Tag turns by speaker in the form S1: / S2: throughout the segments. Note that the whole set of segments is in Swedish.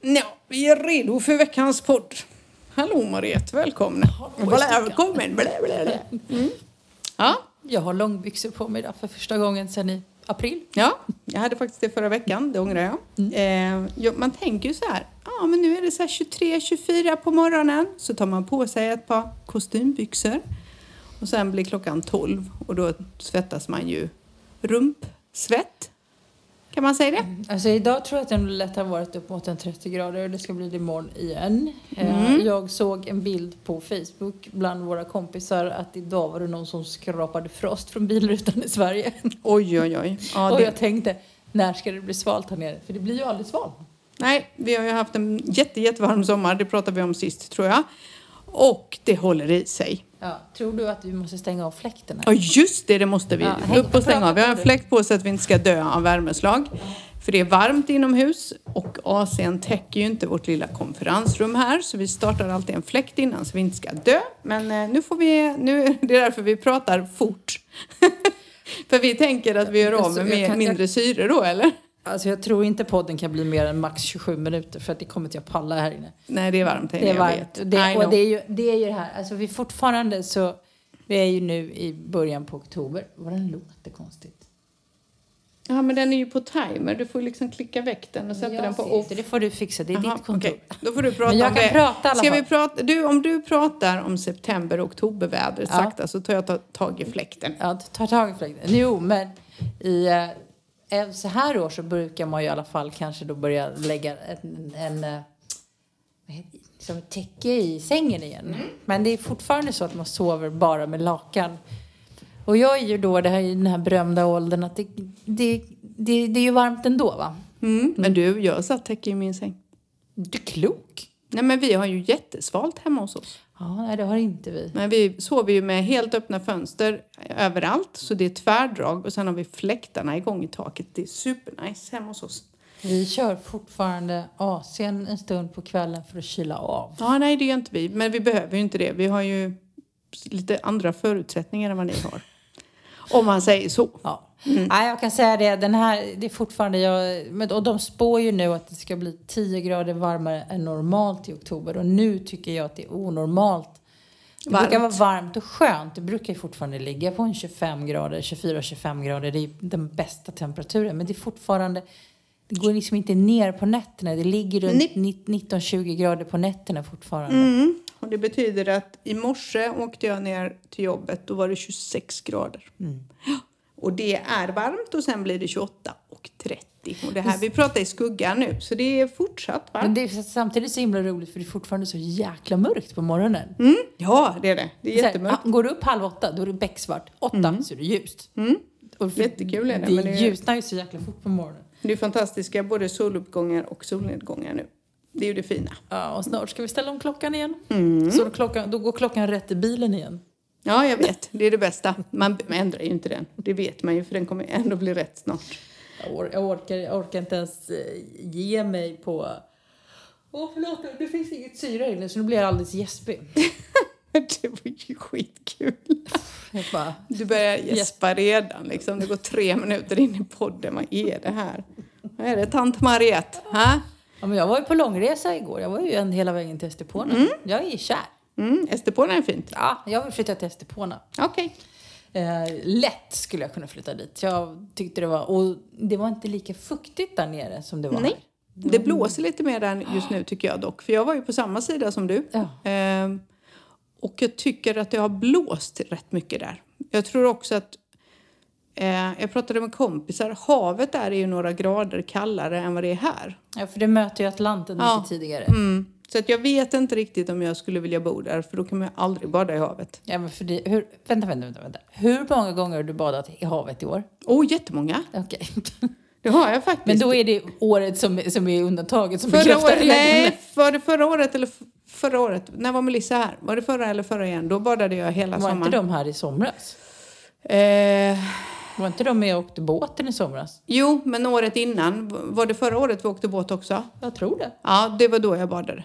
S1: Ja, vi är redo för veckans podd. Hallå Mariette, välkomna. Välkommen. Blä, blä, blä. Mm. Ja,
S2: Jag har långbyxor på mig idag för första gången sedan i april.
S1: Ja, jag hade faktiskt det förra veckan, det ångrar jag. Eh, ja, man tänker ju så här, ah, men nu är det så här 23-24 på morgonen. Så tar man på sig ett par kostymbyxor. Och sen blir klockan 12 och då svettas man ju rumpsvett. Kan man säga det?
S2: Alltså idag tror jag att den lätt har varit upp mot en 30 grader och det ska bli det imorgon igen. Eh, Jag såg en bild på Facebook bland våra kompisar att idag var det någon som skrapade frost från bilrutan i Sverige.
S1: Oj, oj, oj. Ja,
S2: och
S1: det,
S2: jag tänkte, när ska det bli svalt här nere? För det blir ju aldrig svalt.
S1: nej, vi har ju haft en jätte, jättevarm sommar, det pratade vi om sist tror jag. Och det håller i sig.
S2: Ja, tror du att vi måste stänga av fläkten?
S1: Ja
S2: Här?
S1: just det, det måste vi.
S2: Ja, häng-
S1: Upp och stänga av. Vi har en
S2: prata på det.
S1: fläkt på så att vi inte ska dö av värmeslag. För det är varmt inomhus och AC'n täcker ju inte vårt lilla konferensrum här så vi startar alltid en fläkt innan så vi inte ska dö. Men eh, nu får vi, nu, det är därför vi pratar fort. För vi tänker att vi gör av
S2: Alltså,
S1: med
S2: jag
S1: mer-
S2: kan- jag-
S1: mindre syre då eller?
S2: Alltså jag tror inte podden kan bli mer än max 27 minuter för att det kommer inte jag palla här inne.
S1: Nej det är varmt här
S2: Det är
S1: inne, jag vet.
S2: varmt. Och Det,
S1: I
S2: och det,
S1: know.
S2: är ju, det är ju det här, alltså vi är fortfarande så, vi är ju nu i början på oktober. Var den låter konstigt?
S1: Ja men den är ju på timer, du får ju liksom klicka väck den och sätta
S2: Jag
S1: den på
S2: ser
S1: off.
S2: inte, Det får du fixa, det är
S1: Jaha,
S2: ditt kontor.
S1: okej. Då får du prata
S2: Men jag
S1: om
S2: kan
S1: det.
S2: prata i alla
S1: Ska vi
S2: fall.
S1: prata, du, om du pratar om september och oktobervädret
S2: Ja.
S1: sakta så tar jag ta, tag i fläkten.
S2: Ja, ta tag i fläkten. Jo, men i, eh, eh, så här år så brukar man ju i alla fall kanske då börja lägga en, en, eh, vad heter det? som ett täcke i sängen igen. Men det är fortfarande så att man sover bara med lakan. Och jag är ju då det här, i den här berömda åldern att det, det, det, det är ju varmt ändå va?
S1: Mm. Men du, jag satt täcke i min säng.
S2: Du är klok!
S1: Nej men vi har ju jättesvalt hemma hos oss.
S2: Ja, nej det har inte vi.
S1: Men vi sover ju med helt öppna fönster överallt så det är tvärdrag och sen har vi fläktarna igång i taket. Det är supernice hemma hos oss.
S2: Vi kör fortfarande AC'n en stund på kvällen för att kyla av.
S1: Ja, nej det gör inte vi, men vi behöver ju inte det. Vi har ju lite andra förutsättningar än vad ni har. Om man säger så.
S2: Ja.
S1: Mm.
S2: Nej, jag kan säga det. Den här, det är fortfarande jag, men, och de spår ju nu att det ska bli 10 grader varmare än normalt i oktober. Och nu tycker jag att det är onormalt. Det brukar vara
S1: Varmt.
S2: varmt och skönt. Det brukar ju fortfarande ligga på en 25 grader, 24-25 grader. Det är den bästa temperaturen. Men det är fortfarande... Det går liksom inte ner på nätterna. Det ligger runt 19-20 grader på nätterna fortfarande.
S1: Mm. Och det betyder att i morse åkte jag ner till jobbet, då var det 26 grader.
S2: Mm.
S1: Ja. Och det är varmt och sen blir det 28 och 30. Och det här, vi pratar i skuggan nu, så det är fortsatt
S2: Men
S1: varmt.
S2: det är samtidigt så himla roligt för det är fortfarande så jäkla mörkt på morgonen.
S1: Mm. Ja, det är det. Det är
S2: Så här,
S1: jättemörkt.
S2: ah, går du upp halv åtta, då är det becksvart. Åtta, så är det ljust. Och för-
S1: Jättekul är det,
S2: Mm. Det,
S1: men det är-
S2: ljusnar ju så jäkla fort på morgonen.
S1: Det är fantastiska både soluppgångar och solnedgångar nu. Det är ju det fina.
S2: Ja, och snart ska vi ställa om klockan igen. Så då, klockan, då går klockan rätt i bilen igen.
S1: Ja, jag vet. Det är det bästa. Man ändrar ju inte den. Det vet man ju, för den kommer ändå bli rätt snart.
S2: Jag, or- jag, orkar, jag orkar inte ens eh, ge mig på... Åh, förlåt, det finns inget syre i den så nu blir jag alldeles gäspig.
S1: Det var ju skitkul.
S2: Jag bara,
S1: Du börjar gäspa redan. Liksom. Det går tre minuter in i podden. Vad är det här? Vad är det? Tant Mariette? Ha?
S2: ja, men jag var ju på långresa igår. Jag var ju en hela vägen till Estepona. Jag är kär.
S1: Mm, Estepona är fint.
S2: Ja, jag vill flytta till Estepona.
S1: Okej.
S2: Eh, lätt skulle jag kunna flytta dit. Jag tyckte det var... Och det var inte lika fuktigt där nere som det var
S1: Nej.
S2: här.
S1: Det blåser lite mer där just nu tycker jag dock. För jag var ju på samma sida som du.
S2: Ja.
S1: Ehm, och jag tycker att det har blåst rätt mycket där. Jag tror också att... Eh, jag pratade med kompisar. Havet där är ju några grader kallare än vad det är här.
S2: Ja, för det möter ju Atlanten
S1: Ja.
S2: mycket tidigare.
S1: Mm. Så att jag vet inte riktigt om jag skulle vilja bo där. För då kan man ju aldrig bada i havet.
S2: Ja, men för det, hur, vänta, vänta, vänta, vänta. Hur många gånger har du badat i havet i år?
S1: Åh, oh, jättemånga.
S2: Okej.
S1: Det har jag faktiskt.
S2: Men då är det året som, som är undantaget som
S1: förra
S2: bekräftar
S1: året,
S2: regeln.
S1: nej, var det förra året eller f- förra året? När var Melissa här? Var det förra eller förra igen? Då badade jag hela
S2: Var inte
S1: sommaren.
S2: de här i somras?
S1: Eh,
S2: Var inte de med och åkte båten i somras?
S1: jo, men året innan. Var det förra året vi åkte båt också?
S2: Jag tror det.
S1: Ja, det var då jag badade.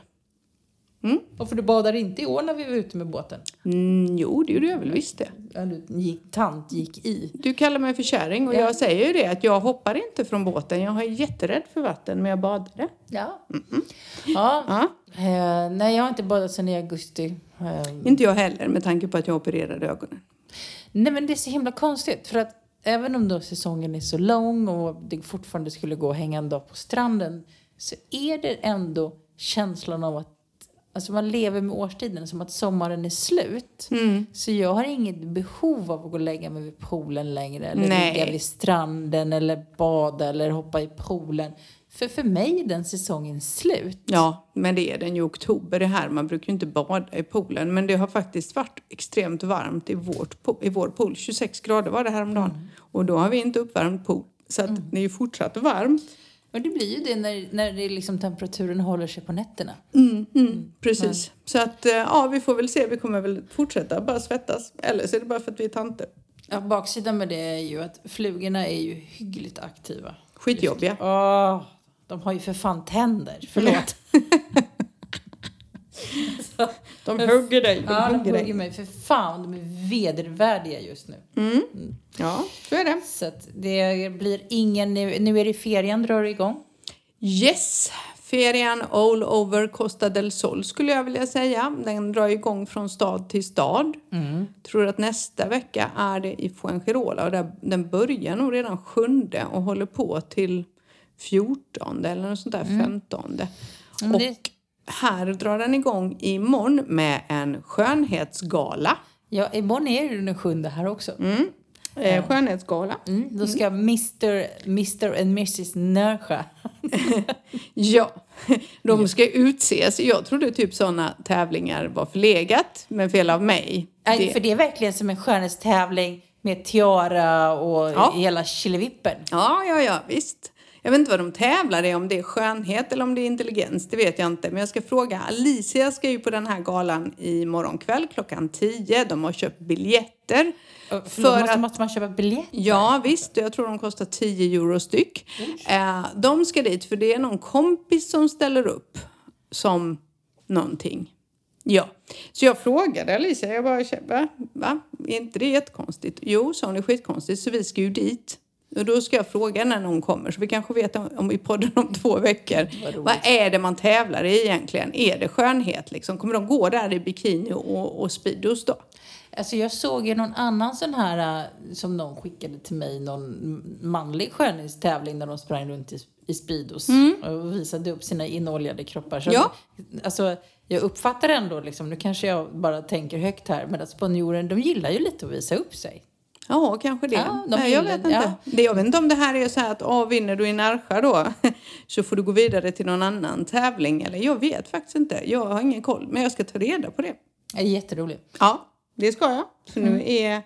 S1: Mm.
S2: Och för du badade inte i år när vi var ute med båten?
S1: Mm, jo, det gjorde jag väl visst det.
S2: Ja, du gick, tant gick i.
S1: Du kallar mig för kärring och
S2: Ja.
S1: jag säger ju det att jag hoppar inte från båten. Jag är jätterädd för vatten men jag badade.
S2: Ja. ja.
S1: Ja.
S2: Eh, nej, jag har inte badat sedan i augusti. Eh,
S1: Inte jag heller med tanke på att jag opererade ögonen.
S2: Nej men det är så himla konstigt för att även om då säsongen är så lång och det fortfarande skulle gå att hänga en dag på stranden så är det ändå känslan av att alltså man lever med årstiden som att sommaren är slut.
S1: Mm.
S2: Så jag har inget behov av att gå och lägga mig vid poolen längre eller
S1: Nej.
S2: ligga vid stranden eller bada eller hoppa i poolen. För för mig är den säsongen slut.
S1: Ja, men det är den ju oktober det här. Man brukar ju inte bada i poolen. Men det har faktiskt varit extremt varmt i, vårt, po- i vår pool. 26 grader var det häromdagen. Och då har vi inte uppvärmd pool. Så att det är ju fortsatt varmt.
S2: Men det blir ju det när, när det är liksom temperaturen håller sig på nätterna.
S1: Mm, mm, precis. Så att eh, ja, vi får väl se. Vi kommer väl fortsätta bara svettas. Eller så är det bara för att vi är tanter.
S2: Ja, baksidan med det är ju att flugorna är ju hyggligt aktiva.
S1: Skitjobbiga.
S2: Åh, de har ju för fan tänder. Förlåt.
S1: De hugger dig.
S2: ja, de hugger mig. För fan, de är vedervärdiga just nu.
S1: Ja, så är det.
S2: Så att det blir ingen... Nu, nu är det ferien drar igång.
S1: Yes! Ferien all over Costa del Sol skulle jag vilja säga. Den drar igång från stad till stad. Tror att nästa vecka är det i Fuengirola och där, den börjar nog redan 7 och håller på till 14 eller något sånt där, 15.
S2: Men
S1: Och
S2: det-
S1: här drar den igång imorgon med en skönhetsgala.
S2: Ja, imorgon är det den sjunde här också.
S1: Eh, skönhetsgala.
S2: Mm, Då ska Mr, Mr and Mrs Nörsjö...
S1: Ja, de ska utses. Jag trodde typ sådana tävlingar var förlegat, men fel av mig.
S2: Nej,
S1: Det-
S2: För det är verkligen som en skönhetstävling med tiara och
S1: Ja.
S2: hela killevippen.
S1: Ja, ja, ja, visst. Jag vet inte vad de tävlar i, om det är skönhet eller om det är intelligens, det vet jag inte. Men jag ska fråga. Alicia ska ju på den här galan imorgon kväll klockan 10. De har köpt biljetter.
S2: För då måste, måste man köpa biljett.
S1: Ja, visst. Jag tror de kostar 10 euro styck. Eh, de ska dit för det är någon kompis som ställer upp som någonting. Ja, så jag frågade Alicia, jag bara, va? va? Är inte det jättekonstigt? Jo, sa hon, det är skitkonstigt, så vi ska ju dit. Och då ska jag fråga när någon kommer, så vi kanske vet om, om i podden om två veckor. Vad är det man tävlar i egentligen? Är det skönhet liksom? Kommer de gå där i bikini och, och speedos då?
S2: Alltså jag såg ju någon annan sån här eh, som någon skickade till mig, någon manlig skönhetstävling där de sprang runt i, i Speedos och visade upp sina inoljade kroppar. Så
S1: Ja.
S2: alltså, jag uppfattar ändå, liksom, nu kanske jag bara tänker högt här, men att spanjoren de gillar ju lite att visa upp sig.
S1: Ja, kanske det.
S2: Ja, de
S1: Nej, jag
S2: gillar-
S1: vet inte. Det, jag vet inte om det här är så här att ah, vinner du i Närsjö då så får du gå vidare till någon annan tävling. Eller jag vet faktiskt inte. Jag har ingen koll. Men jag ska ta reda på det. Mm.
S2: Det är jätteroligt.
S1: Ja, det ska jag. Så nu är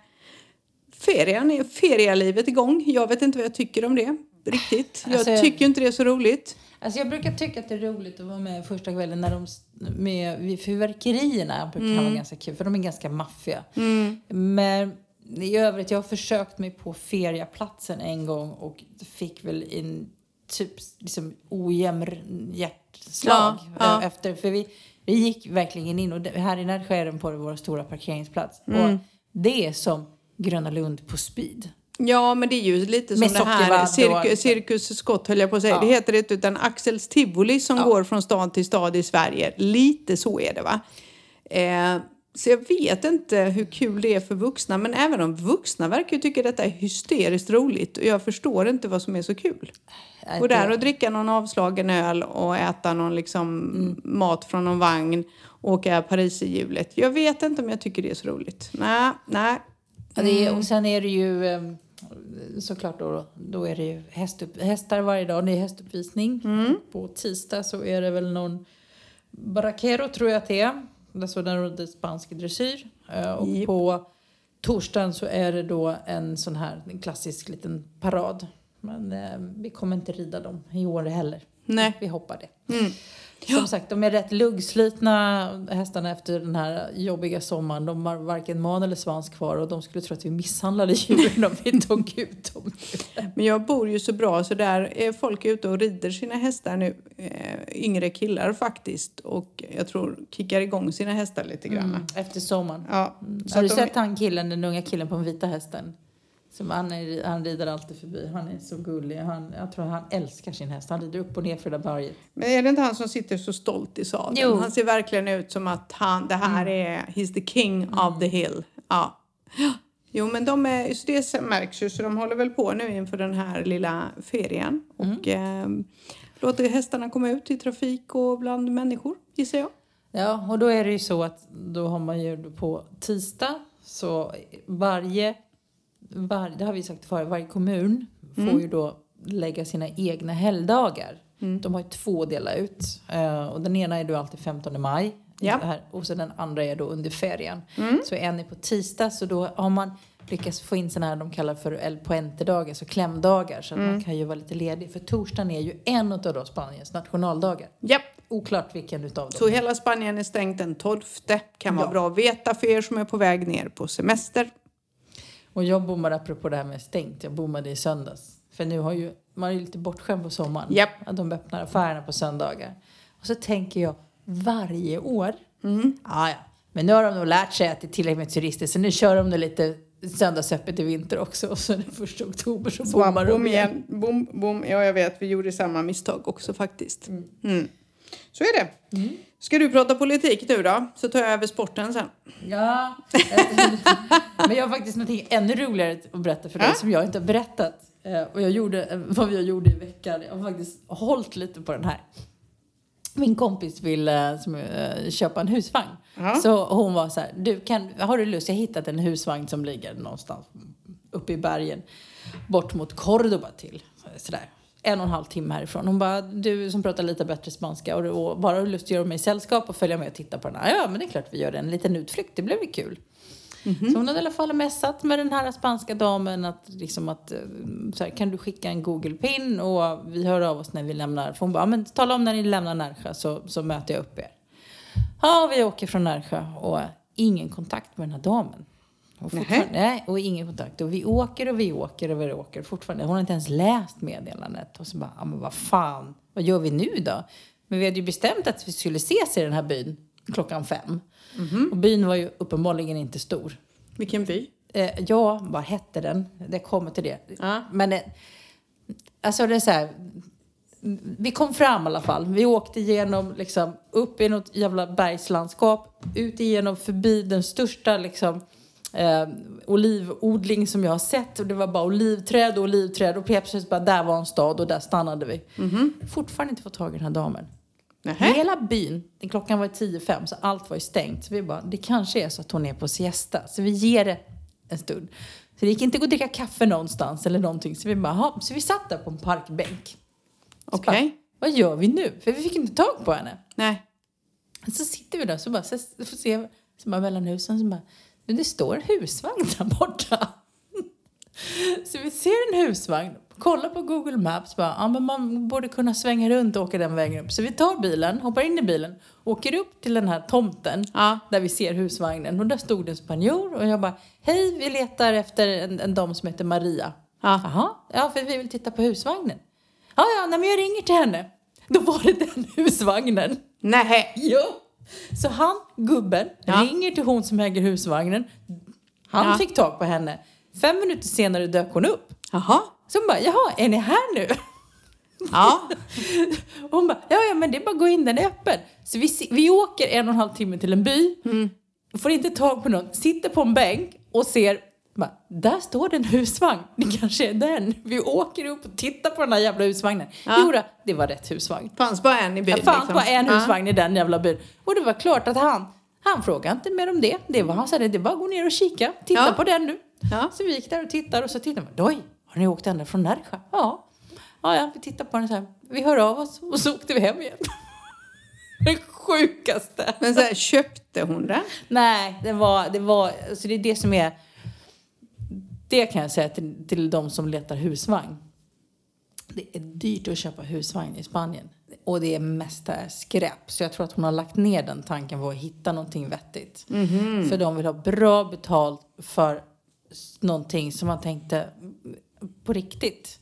S1: ferien, är ferialivet igång. Jag vet inte vad jag tycker om det riktigt. Jag
S2: Alltså-
S1: tycker ju inte det är så roligt.
S2: Alltså jag brukar tycka att det är roligt att vara med första kvällen när de s- med vid fyrverkerierna brukar
S1: Mm.
S2: vara ganska kul för de är ganska maffiga. Men i övrigt, jag har försökt mig på feriaplatsen en gång och fick väl en typ liksom ojämn hjärtslag
S1: Ja, ja.
S2: eh, efter. För vi, vi gick verkligen in och det- här i Närsjö är den på vår stora parkeringsplats.
S1: Mm.
S2: Och det är som Gröna Lund på speed.
S1: Ja, men det är ju lite som
S2: Med
S1: det här
S2: sockervadd och-
S1: cirkus, cirkus Scott höll jag på att säga. Det heter det inte, utan Axels Tivoli som går från stad till stad i Sverige. Lite så är det va? Eh, så jag vet inte hur kul det är för vuxna, men även de vuxna verkar ju tycka detta är hysteriskt roligt och jag förstår inte vad som är så kul.
S2: Nej,
S1: Gå där
S2: det-
S1: och dricka någon avslagen öl och äta någon liksom
S2: Mm.
S1: mat från någon vagn och åka Paris i hjulet. Jag vet inte om jag tycker det är så roligt. Nej, nej.
S2: Ja, Det är, och sen är det ju eh, såklart då, då är det ju hästupp, hästar varje dag. Det är hästuppvisning. På tisdag så är det väl någon barraquero tror jag att det är. Alltså den rodde spansk dressyr. Eh, Och
S1: Japp.
S2: på torsdagen så är det då en sån här en klassisk liten parad. Men eh, vi kommer inte rida dem i år heller.
S1: Nej. Mm.
S2: Vi hoppar det. Som sagt, de är rätt luggslitna hästarna efter den här jobbiga sommaren. De har varken man eller svans kvar och de skulle tro att vi misshandlade djuren om vi tog ut dem.
S1: Men jag bor ju så bra så där är folk ute och rider sina hästar nu. Eh, yngre killar faktiskt och jag tror kickar igång sina hästar lite grann.
S2: Mm, efter sommaren.
S1: Ja, så
S2: har du
S1: att de,
S2: sett han killen, den unga killen på den vita hästen? Som han, är, han rider alltid förbi. Han är så gullig. Han, jag tror han älskar sin häst. Han rider upp och ner för det där berget.
S1: Men är det inte han som sitter så stolt i sadeln?
S2: Jo. Mm.
S1: Han ser verkligen ut som att han, det här är, he's the king of the hill. Ja. Jo men de är, så det märks ju så de håller väl på nu inför den här lilla ferien. Och
S2: Mm.
S1: eh, låter hästarna komma ut i trafik och bland människor gissar jag.
S2: Ja, och då är det ju så att då har man ju på tisdag så varje, var, det har vi sagt förr, varje kommun får ju då lägga sina egna helgdagar.
S1: Mm.
S2: De har ju två delar ut Eh, och den ena är då alltid 15 maj.
S1: Ja.
S2: Det här, och sen den andra är då under ferien.
S1: Mm.
S2: Så en är på tisdag så då har man lyckats få in sådana här de kallar för El Puente-dagar, så klämdagar. Så att man kan ju vara lite ledig. För torsdagen är ju en av då Spaniens nationaldagar.
S1: Japp.
S2: Oklart vilken utav dem.
S1: Så hela Spanien är stängt den 12. Kan vara
S2: Ja.
S1: bra att veta för er som är på väg ner på semester.
S2: Och jag bommade apropå det här med stängt. Jag bommade i söndags. För nu har ju, man är ju lite bortskämd på sommaren.
S1: Japp.
S2: Att de öppnar affärerna på söndagar. Och så tänker jag, varje år. Mm. Ja, ja. Men nu har de nog lärt sig att det är tillräckligt med turister. Så nu kör de nog lite söndagsöppet i vinter också. Och så den första oktober så bommar de igen.
S1: Bom, bom. Ja, jag vet. Vi gjorde samma misstag också faktiskt. Mm. Så är det.
S2: Mm.
S1: Ska du prata politik nu då? Så tar jag över sporten sen.
S2: Ja. Men jag har faktiskt något ännu roligare att berätta för dig
S1: Ja.
S2: som jag inte har berättat. Eh, Och jag gjorde eh, vad jag gjorde i veckan. Jag har faktiskt hållit lite på den här. Min kompis vill eh, som, eh, köpa en husvagn.
S1: Ja.
S2: Så hon var så här, du kan, har du lust? Jag har hittat en husvagn som ligger någonstans uppe i bergen. Bort mot Cordoba till. Sådär. En och en halv timme härifrån. Hon bara, du som pratar lite bättre spanska och, du- och bara har du lust att göra mig sällskap och följa med och titta på den här? Ja, men det är klart vi gör det. En liten utflykt, det blir väl kul. Så hon hade i alla fall mässat med den här spanska damen att, liksom att eh, så här, kan du skicka en Google-pin och vi hör av oss när vi lämnar. För hon bara, "Ja, men tala om när ni lämnar Närsjö så, så möter jag upp er. Ja, vi åker från Närsjö och ingen kontakt med den här damen. Och fortfarande- nej, och ingen kontakt. Och vi åker och vi åker och vi åker fortfarande. Hon har inte ens läst meddelandet. Och så bara, ja men vad fan, vad gör vi nu då? Men vi hade ju bestämt att vi skulle ses i den här byn klockan fem.
S1: Mm-hmm.
S2: Och byn var ju uppenbarligen inte stor.
S1: Vilken by?
S2: Eh, ja, vad hette den? Det kommer till det.
S1: Ja.
S2: Men eh, alltså det är så här. Vi kom fram i alla fall. Vi åkte igenom liksom upp i något jävla bergslandskap. Ut igenom förbi den största liksom eh, olivodling som jag har sett. Och det var bara olivträd och olivträd. Och helt plötsligt bara där var en stad och där stannade vi. Fortfarande inte fått tag i den här damen.
S1: Nähä.
S2: Hela byn, den klockan var 10.05 så allt var ju stängt. Så vi bara, det kanske är så att hon är på siesta. Så vi ger det en stund. Så det gick inte att gå och dricka kaffe någonstans eller någonting. Så vi bara, "Jaha." så vi satt där på en parkbänk. Så
S1: Okej.
S2: bara, Vad gör vi nu? För vi fick inte tag på henne.
S1: Nej.
S2: Så sitter vi där så bara, så, får se, så bara mellan husen så bara, nu det står en husvagn där borta. Så vi ser en husvagn, kollar på Google Maps, bara, ja, men man borde kunna svänga runt och åka den vägen upp. Så vi tar bilen, hoppar in i bilen, åker upp till den här tomten
S1: Ja.
S2: där vi ser husvagnen. Och där stod det en spanjor och jag bara, hej vi letar efter en, en dam som heter Maria.
S1: Ja.
S2: Jaha, ja för vi vill titta på husvagnen. Ja, ja, nej, men jag ringer till henne. Då var det den husvagnen.
S1: Nähä.
S2: Jo. Så han, gubben,
S1: Ja.
S2: ringer till hon som äger husvagnen. Han
S1: Ja.
S2: fick tag på henne. Fem minuter senare dök hon upp.
S1: Jaha.
S2: Så hon bara, jaha, är ni här nu?
S1: Ja.
S2: Och hon bara, ja, ja men det är bara att gå in, den är öppen. Så vi, si- vi åker en och en halv timme till en by,
S1: Mm.
S2: får inte tag på någon, sitter på en bänk och ser, bara, där står det en husvagn, det kanske är den. Vi åker upp och tittar på den här jävla husvagnen.
S1: Ja.
S2: Jo, då, det var rätt husvagn.
S1: Fanns bara en i byn.
S2: Det fanns
S1: liksom.
S2: bara en
S1: Ja.
S2: husvagn i den jävla byn. Och det var klart att han, han frågade inte mer om det. Det var han sa, det är bara att gå ner och kika. Titta
S1: Ja.
S2: på den nu.
S1: Ja.
S2: Så vi gick där och tittade och så tittade man. Oj, har ni åkt ända från Närsjö? Ja. ja. Ja, vi tittade på den så här. Vi hör av oss och så åkte vi hem igen. Det sjukaste.
S1: Men så här, köpte hon den?
S2: Nej, det var, det var, alltså det är det som är, det kan jag säga till, till de som letar husvagn. Det är dyrt att köpa husvagn i Spanien. Och det är mest här skräp. Så jag tror att hon har lagt ner den tanken på att hitta någonting vettigt.
S1: Mm.
S2: För de vill ha bra betalt för s- någonting som man tänkte mm, på riktigt.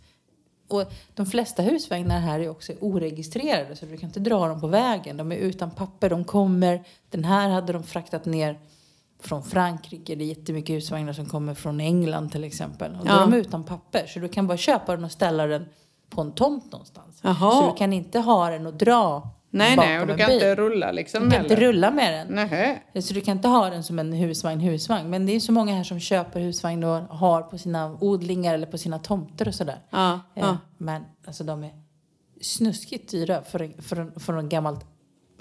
S2: Och de flesta husvagnar här är också oregistrerade så du kan inte dra dem på vägen. De är utan papper, de kommer. Den här hade de fraktat ner från Frankrike. Det är jättemycket husvagnar som kommer från England till exempel. Och då
S1: Ja.
S2: är de utan papper så du kan bara köpa den och ställa den på en tomt någonstans.
S1: Jaha.
S2: Så du kan inte ha den och dra
S1: Nej,
S2: bakom
S1: nej, och du
S2: en
S1: kan
S2: bil.
S1: inte rulla liksom
S2: Du kan inte
S1: heller.
S2: rulla med den.
S1: Nähä.
S2: Så du kan inte ha den som en husvagn, husvagn. Men det är ju så många här som köper husvagn och har på sina odlingar eller på sina tomter och sådär.
S1: Ja,
S2: Eh,
S1: ja.
S2: Men alltså de är snuskigt dyra för en, för en, för en, gammalt,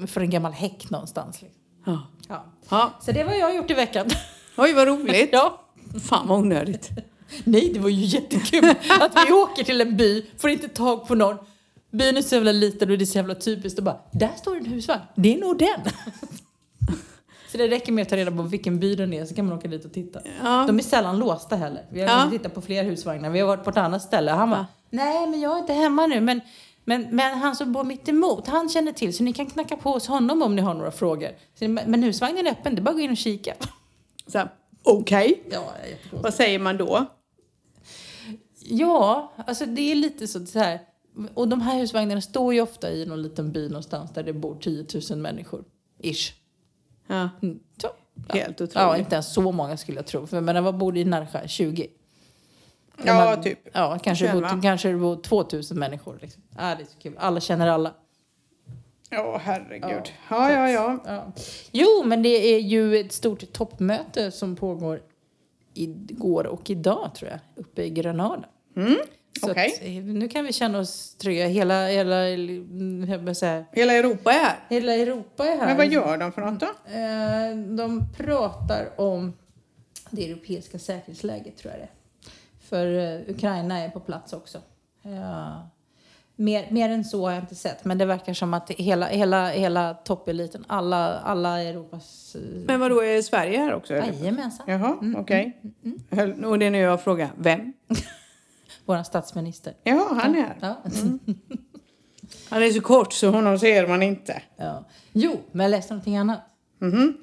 S2: för en gammal häck någonstans. Liksom.
S1: Ja.
S2: Ja.
S1: ja.
S2: Så det var jag har gjort i veckan.
S1: Oj, vad roligt.
S2: ja.
S1: Fan vad onödigt.
S2: Nej, det var ju jättekul att vi åker till en by, får inte tag på någon. Byn är så jävla liten och det är så jävla typiskt och bara, där står en husvagn, det är nog den. Så det räcker med att ta reda på vilken by den är så kan man åka dit och titta.
S1: Ja.
S2: De är sällan låsta heller. Vi har
S1: Ja.
S2: ja. tittat på fler husvagnar. Vi har varit på ett annat ställe. Han bara, nej men jag är inte hemma nu. Men, men, men han som bor mitt emot, han känner till. Så ni kan knacka på hos honom om ni har några frågor. Så, men men husvagnen är öppen, det är bara att gå in och kika.
S1: Så här, Okej,
S2: Ja, jag är jättekonstig.
S1: vad säger man då?
S2: Ja, alltså det är lite så, så här. Och de här husvagnarna står ju ofta i någon liten by någonstans där det bor 10 000 människor. Ish.
S1: Ja,
S2: Mm. Så. Ja.
S1: helt
S2: ja,
S1: otroligt.
S2: inte ens så många skulle jag tro. För jag menar, vad bor det i Närsjö? 20?
S1: Ja,
S2: Men-
S1: typ.
S2: Ja, kanske det,
S1: 21, va?
S2: bor, kanske det bor 2 000 människor. Liksom. Ja, det är så kul. Alla känner alla.
S1: Ja, herregud. Ja, ja, ja.
S2: Ja. Jo, men det är ju ett stort toppmöte som pågår igår och idag tror jag, uppe i Granada. Så
S1: Mm, okej.
S2: att, eh, nu kan vi känna oss trygga. Hela, hela, mm, jag vill säga,
S1: Hela Europa är här.
S2: hela Europa är här.
S1: Men vad gör de för något då?
S2: Eh, De pratar om det europeiska säkerhetsläget tror jag det är. För eh, Ukraina är på plats också. Ja. Mer, mer än så har jag inte sett, men det verkar som att hela, hela, hela toppeliten, alla, alla Europas... eh,
S1: Men vad då är Sverige här också? eller?
S2: Jajamensan.
S1: Jaha, okej.
S2: mm,
S1: Höll- Och det är nu jag frågar, vem?
S2: Vår statsminister.
S1: Jaha, han är här.
S2: Ja.
S1: Han är så kort så honom ser man inte. Mhm.
S2: Ja. Jo, men jag läste någonting annat.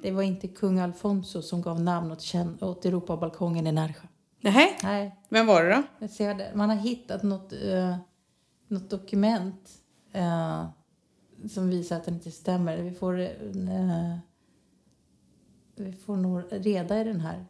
S2: Det var inte kung Alfonso som gav namn åt, känn- åt Europabalkongen i Närsjö.
S1: Nej,
S2: Nej,
S1: vem var det då?
S2: Jag ser det. Man har hittat något, eh, något dokument eh, som visar att den inte stämmer. Vi får, eh, vi får nog reda i den här.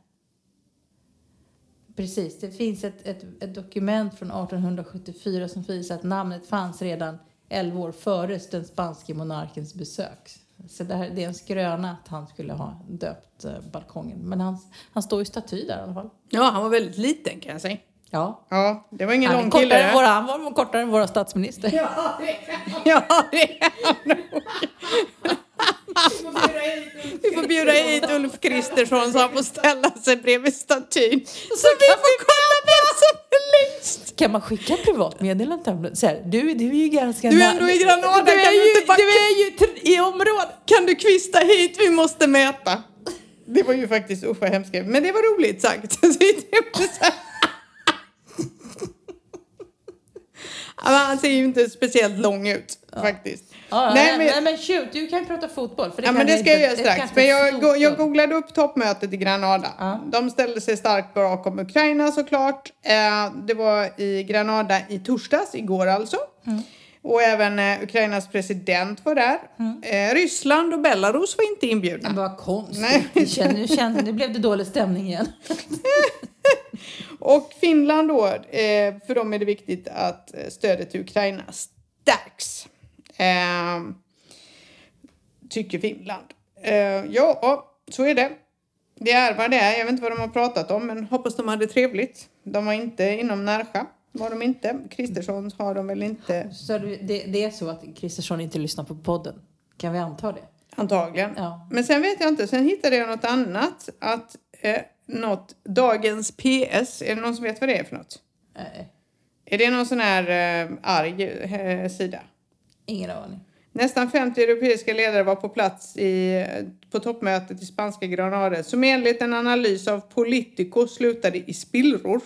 S2: Precis, det finns ett, ett, ett dokument från 1874 som visar att namnet fanns redan 11 år före den spanske monarkens besök. Så det, här, det är en skröna att han skulle ha döpt eh, balkongen. Men han, han står ju staty där i alla fall.
S1: Ja, han var väldigt liten kan jag säga.
S2: Ja,
S1: Ja, det var ingen
S2: han
S1: lång
S2: är kortare
S1: kille.
S2: än våra, han var kortare än våra statsminister.
S1: Ja, det ja, det är han nog. Vi får bjuda hit Ulf Kristersson så han får ställa sig bredvid statyn. Så vi får kolla vem som är längst.
S2: Kan man skicka privat meddelande till så här, du, du är ju ganska
S1: Du
S2: nä-
S1: är ändå i Granada,
S2: du
S1: kan
S2: är
S1: du
S2: ju,
S1: inte backa?
S2: du är ju tr- i området.
S1: Kan du kvista hit? Vi måste mäta. Det var ju faktiskt usch vad hemskt. Men det var roligt sagt. Så det var så här. Ja, men Han ser ju inte speciellt lång ut faktiskt.
S2: Ja,
S1: Nej, men-
S2: nej men shoot, du kan ju prata fotboll. För det
S1: Ja,
S2: kan
S1: men
S2: vi
S1: det ska jag
S2: inte-
S1: göra
S2: det
S1: strax. Men
S2: kan inte
S1: jag,
S2: sno
S1: go- jag
S2: på.
S1: googlade upp toppmötet i Granada.
S2: Ja.
S1: De ställde sig starkt bakom Ukraina såklart. Eh, det var i Granada i torsdags, igår alltså.
S2: Mm.
S1: Och även eh, Ukrainas president var där.
S2: Mm.
S1: Eh, Ryssland och Belarus var inte inbjudna.
S2: Vad konstigt.
S1: Nej.
S2: Nu, känner, nu, känner, nu blev det dålig stämning igen.
S1: Och Finland då, eh, för dem är det viktigt att eh, stödet till Ukraina stärks. Eh, tycker Finland. Eh, ja, så är det. Det är vad det är. Jag vet inte vad de har pratat om, men hoppas de hade trevligt. De var inte inom Närsjö. Var de inte. Kristersson har de väl inte,
S2: Så du, det, det är så att Kristersson inte lyssnar på podden. Kan vi anta det?
S1: antagligen.
S2: Ja.
S1: Men sen vet jag inte, sen hittade jag något annat. Att eh, något, Dagens PS, är det någon som vet vad det är för något?
S2: Nej,
S1: Är det någon sån här eh, arg eh, sida?
S2: ingen aning.
S1: Nästan 50 europeiska ledare var på plats i, på toppmötet i spanska Granada som enligt en analys av Politico slutade i spillror.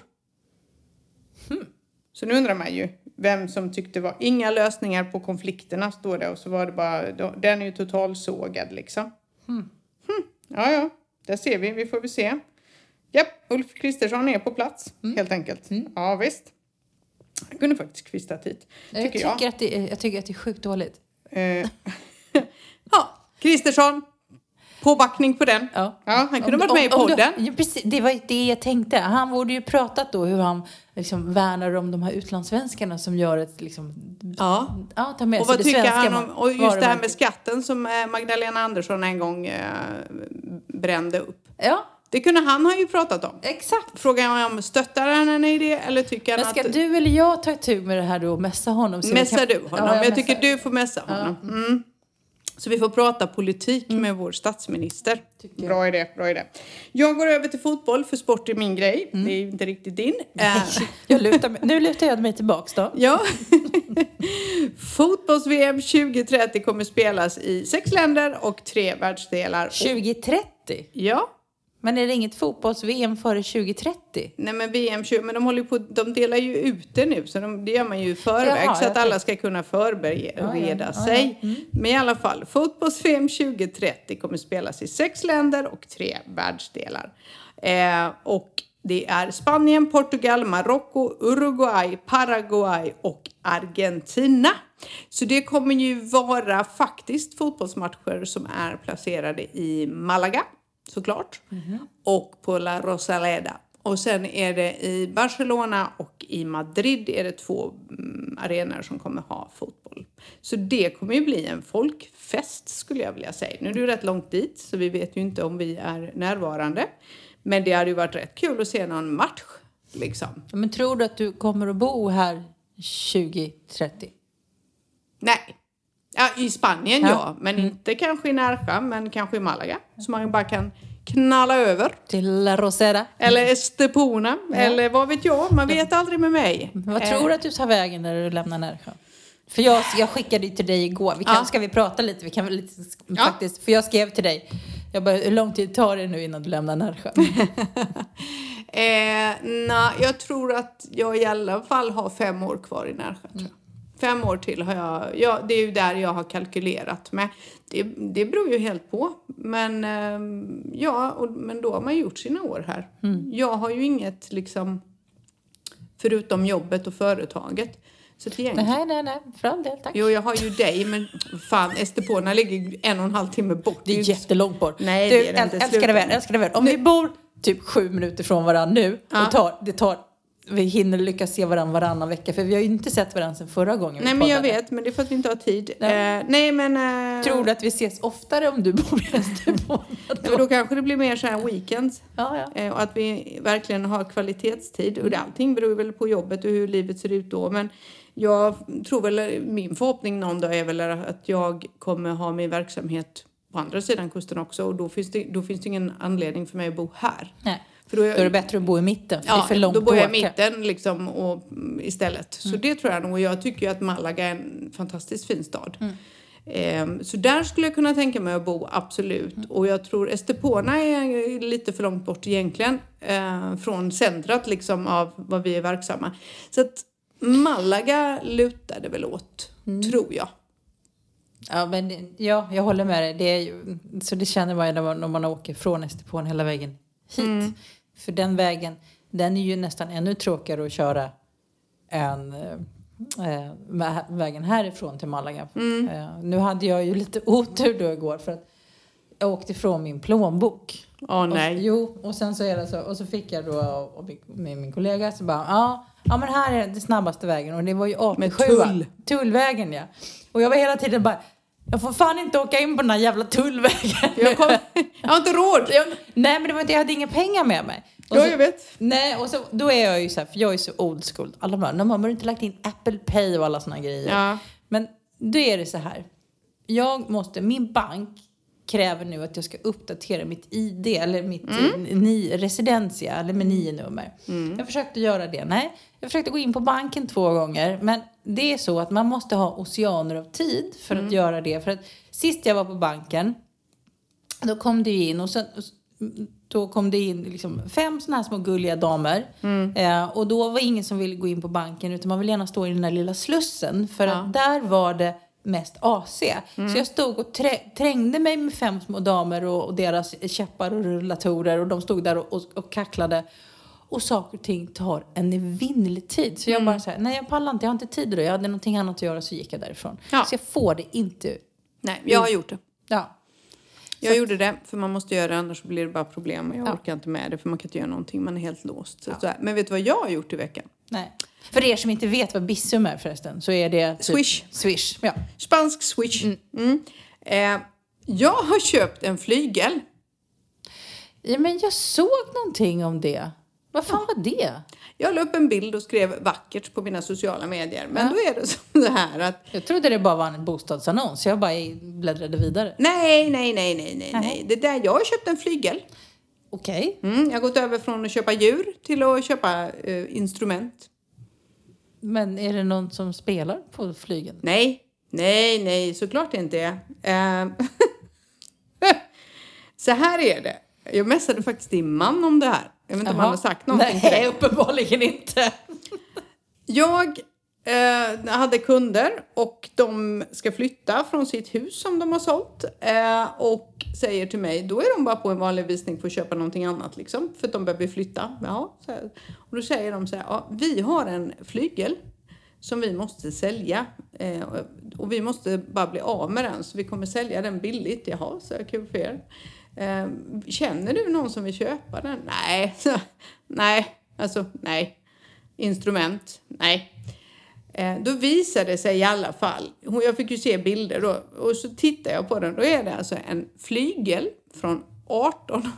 S1: Hmm. Så nu undrar man ju, vem som tyckte var inga lösningar på konflikterna står det och så var det bara de- den är ju totalsågad liksom. Hmm, Ja, ja, där ser vi. Vi får väl se. Japp, Ulf Kristersson är på plats helt enkelt. Ja, visst. Han kunde faktiskt kvistat hit,
S2: Jag
S1: tycker
S2: tycker,
S1: jag.
S2: Att det är, jag tycker att det är sjukt dåligt.
S1: Eh, ja, Kristersson. Påbackning på den.
S2: Ja.
S1: Ja, han kunde
S2: Om-
S1: varit med i
S2: om- om du-
S1: podden.
S2: ja, precis, det var ju det jag tänkte. Han borde ju pratat då hur han liksom värnar om de här utlandssvenskarna som gör ett liksom...
S1: Ja.
S2: Ja, tar med
S1: Och
S2: sig
S1: vad
S2: det
S1: tycker
S2: svenska
S1: han om och just det här med
S2: varumärket.
S1: skatten som eh, Magdalena Andersson en gång eh, brände upp?
S2: Ja,
S1: Det kunde han ha ju pratat om.
S2: exakt.
S1: Frågan är om stöttar han henne i det eller tycker
S2: Men
S1: han
S2: ska
S1: att...
S2: du eller jag ta itu med det här då och mässa honom? så vi
S1: Mässar
S2: kan-
S1: du honom?
S2: Ja,
S1: jag
S2: mässar.
S1: tycker du får mässa honom. Mm. Så vi får prata politik med vår statsminister.
S2: Mm. Tycker jag.
S1: Bra idé, bra idé. Jag går över till fotboll för sport är min grej.
S2: Mm.
S1: Det är ju inte riktigt din. Eh,
S2: Jag lutar mig, nu lutar jag mig tillbaks då.
S1: Ja. Fotbolls-VM 2030 kommer spelas i sex länder och tre världsdelar.
S2: 2030?
S1: Ja,
S2: Men är det inget fotbolls-VM före 2030?
S1: nej men VM 20, men de håller ju på, de delar ju ut det nu så de, det gör man ju i förväg
S2: Jaha,
S1: så att
S2: jag
S1: alla ska kunna förbereda sig. Men i alla fall, fotbolls-VM 2030 kommer spelas i sex länder och tre världsdelar. Eh, och det är Spanien, Portugal, Marocko, Uruguay, Paraguay och Argentina. Så det kommer ju vara faktiskt fotbollsmatcher som är placerade i Malaga, såklart, och på La Rosaleda. Och sen är det i Barcelona och i Madrid är det två mm, arenor som kommer ha fotboll. Så det kommer ju bli en folkfest skulle jag vilja säga. Nu är det ju rätt långt dit så vi vet ju inte om vi är närvarande. Men det hade ju varit rätt kul att se någon match liksom.
S2: Men tror du att du kommer att bo här 2030?
S1: Nej. Ja, I Spanien ja,
S2: Ja.
S1: men inte kanske i Nerja, men kanske i Malaga. Så man bara kan knalla över.
S2: Till La Rosera?
S1: Eller Estepona, eller vad vet jag. Man vet aldrig med mig.
S2: Vad tror du att du tar vägen när du lämnar Närsjö? För jag, jag skickade ju till dig igår, vi kan,
S1: Ja.
S2: ska vi prata lite? Vi kan väl lite,
S1: Ja.
S2: faktiskt, för jag skrev till dig, jag bara, hur lång tid tar det nu innan du lämnar Närsjö?
S1: Eh, nej, jag tror att jag i alla fall har fem år kvar i Närsjö. tror jag.
S2: Mm.
S1: Fem år till har jag, ja, det är ju där jag har kalkylerat med. Det, det beror ju helt på. Men, ehm, ja, och, men då har man gjort sina år här.
S2: Mm.
S1: Jag har ju inget liksom, förutom jobbet och företaget. Så det är egentligen-
S2: nej, nej, nej, för all del, tack.
S1: Jo, jag har ju dig, men fan, Estepona ligger en och en halv timme bort.
S2: Det
S1: ju
S2: är
S1: inte-
S2: jättelångt bort.
S1: Nej,
S2: du,
S1: det är det
S2: äl-
S1: inte.
S2: älskade vän,
S1: Sluta.
S2: älskade vän. Om vi bor typ sju minuter från varandra nu och tar, det tar, vi hinner lyckas se varandra varannan vecka för vi har ju inte sett varandra sedan förra gången vi
S1: Nej, men jag
S2: poddade.
S1: vet, men det är för att vi inte har tid.
S2: Nej.
S1: Eh, nej, men... Eh,
S2: Tror du att vi ses oftare om du bor i Österbo?
S1: Nej, men då kanske det blir mer så här weekends.
S2: ja, ja.
S1: Eh, och att vi verkligen har kvalitetstid. Och det, allting beror väl på jobbet och hur livet ser ut då. Men jag tror väl, min förhoppning någon dag är väl att jag kommer ha min verksamhet på andra sidan kusten också. Och då finns det, då finns det ingen anledning för mig att bo här.
S2: Nej.
S1: För då
S2: Då är det bättre att bo i mitten för det är för långt
S1: då bor jag i
S2: att åka.
S1: mitten liksom och, mm, istället. Så det tror jag nog. Och jag tycker ju att Malaga är en fantastiskt fin stad. Ehm, så där skulle jag kunna tänka mig att bo, absolut. Och jag tror Estepona är lite för långt bort egentligen. Eh, från centrat liksom av vad vi är verksamma. Så att Malaga lutar det väl åt, tror jag.
S2: Ja, men det- ja, jag håller med dig. Det är ju, så det känner man ju när man, när man åker från Estepon hela vägen hit. För den vägen, den är ju nästan ännu tråkigare att köra än eh, vä- vägen härifrån till Malaga. Eh, nu hade jag ju lite otur då igår för att jag åkte ifrån min plånbok.
S1: Åh nej.
S2: Och, jo, och sen så är det så. Och så fick jag då och min, med min kollega så bara, ja, ja men här är den snabbaste vägen. Och det var ju
S1: Med
S2: 87
S1: tull.
S2: Tullvägen ja. Och jag var hela tiden bara, jag får fan inte åka in på den här jävla tullvägen.
S1: Jag, kom, jag har inte råd!
S2: Jag- nej men det var inte, jag hade inga pengar med mig. Och
S1: Ja,
S2: så-
S1: jag vet.
S2: Nej, och så, då är jag ju så här, för jag är så old school. Alla bara, "Nej, mamma, har du inte lagt in Apple Pay och alla såna grejer?
S1: Ja.
S2: Men då är det så här. Jag måste, min bank kräver nu att jag ska uppdatera mitt ID eller mitt eh, ni, residencia eller med nio nummer. Jag försökte göra det, nej. Jag försökte gå in på banken två gånger men det är så att man måste ha oceaner av tid för att göra det. För att sist jag var på banken då kom du in och sen då kom det in liksom fem såna här små gulliga damer. Eh, och då var det ingen som ville gå in på banken utan man ville gärna stå i den där lilla slussen. För att där var det mest AC. Så jag stod och trä- trängde mig med fem små damer och, och deras käppar och rullatorer. Och de stod där och, och, och kacklade. Och saker och ting tar en evinnerlig tid. Så jag bara så här, nej jag pallar inte, jag har inte tid idag. Jag hade någonting annat att göra så gick jag därifrån.
S1: Ja.
S2: Så jag får det inte.
S1: Nej, jag har gjort det.
S2: Ja.
S1: Jag gjorde det, för man måste göra det annars blir det bara problem och jag orkar inte med det för man kan inte göra någonting, man är helt låst. Så sådär. Men vet du vad jag har gjort i veckan?
S2: Nej. För er som inte vet vad Bissum är förresten så är det... Typ
S1: Swish.
S2: Swish, ja.
S1: Spansk switch. Mm. Eh, jag har köpt en flygel.
S2: ja. men jag såg någonting om det. Vad fan var det?
S1: Jag la upp en bild och skrev vackert på mina sociala medier. Men då är det som det här att
S2: Jag trodde det bara var en bostadsannons. så Jag bara bläddrade vidare.
S1: nej, nej, nej, nej, nej, nej. Det där, jag har köpt en flygel.
S2: Okej.
S1: Mm, jag har gått över från att köpa djur till att köpa eh, instrument.
S2: Men är det någon som spelar på flygen?
S1: Nej, nej, nej, såklart det inte är. Ehm, så här är det. Jag messade faktiskt din man om det här. Jag vet inte om han har sagt någonting till dig.
S2: Nej, uppenbarligen inte.
S1: Jag eh, hade kunder och de ska flytta från sitt hus som de har sålt eh, och säger till mig, då är de bara på en vanlig visning för att köpa någonting annat liksom, för att de behöver flytta. Ja, så här. Och då säger de så här, ja, vi har en flygel som vi måste sälja eh, och vi måste bara bli av med den så vi kommer sälja den billigt. Jaha, så jag kul för er. Eh, känner du någon som vill köpa den? Nej, nej, alltså nej instrument. Nej. Eh, Då visade det sig i alla fall, hon- jag fick ju se bilder då, och så tittar jag på den, då är det alltså en flygel från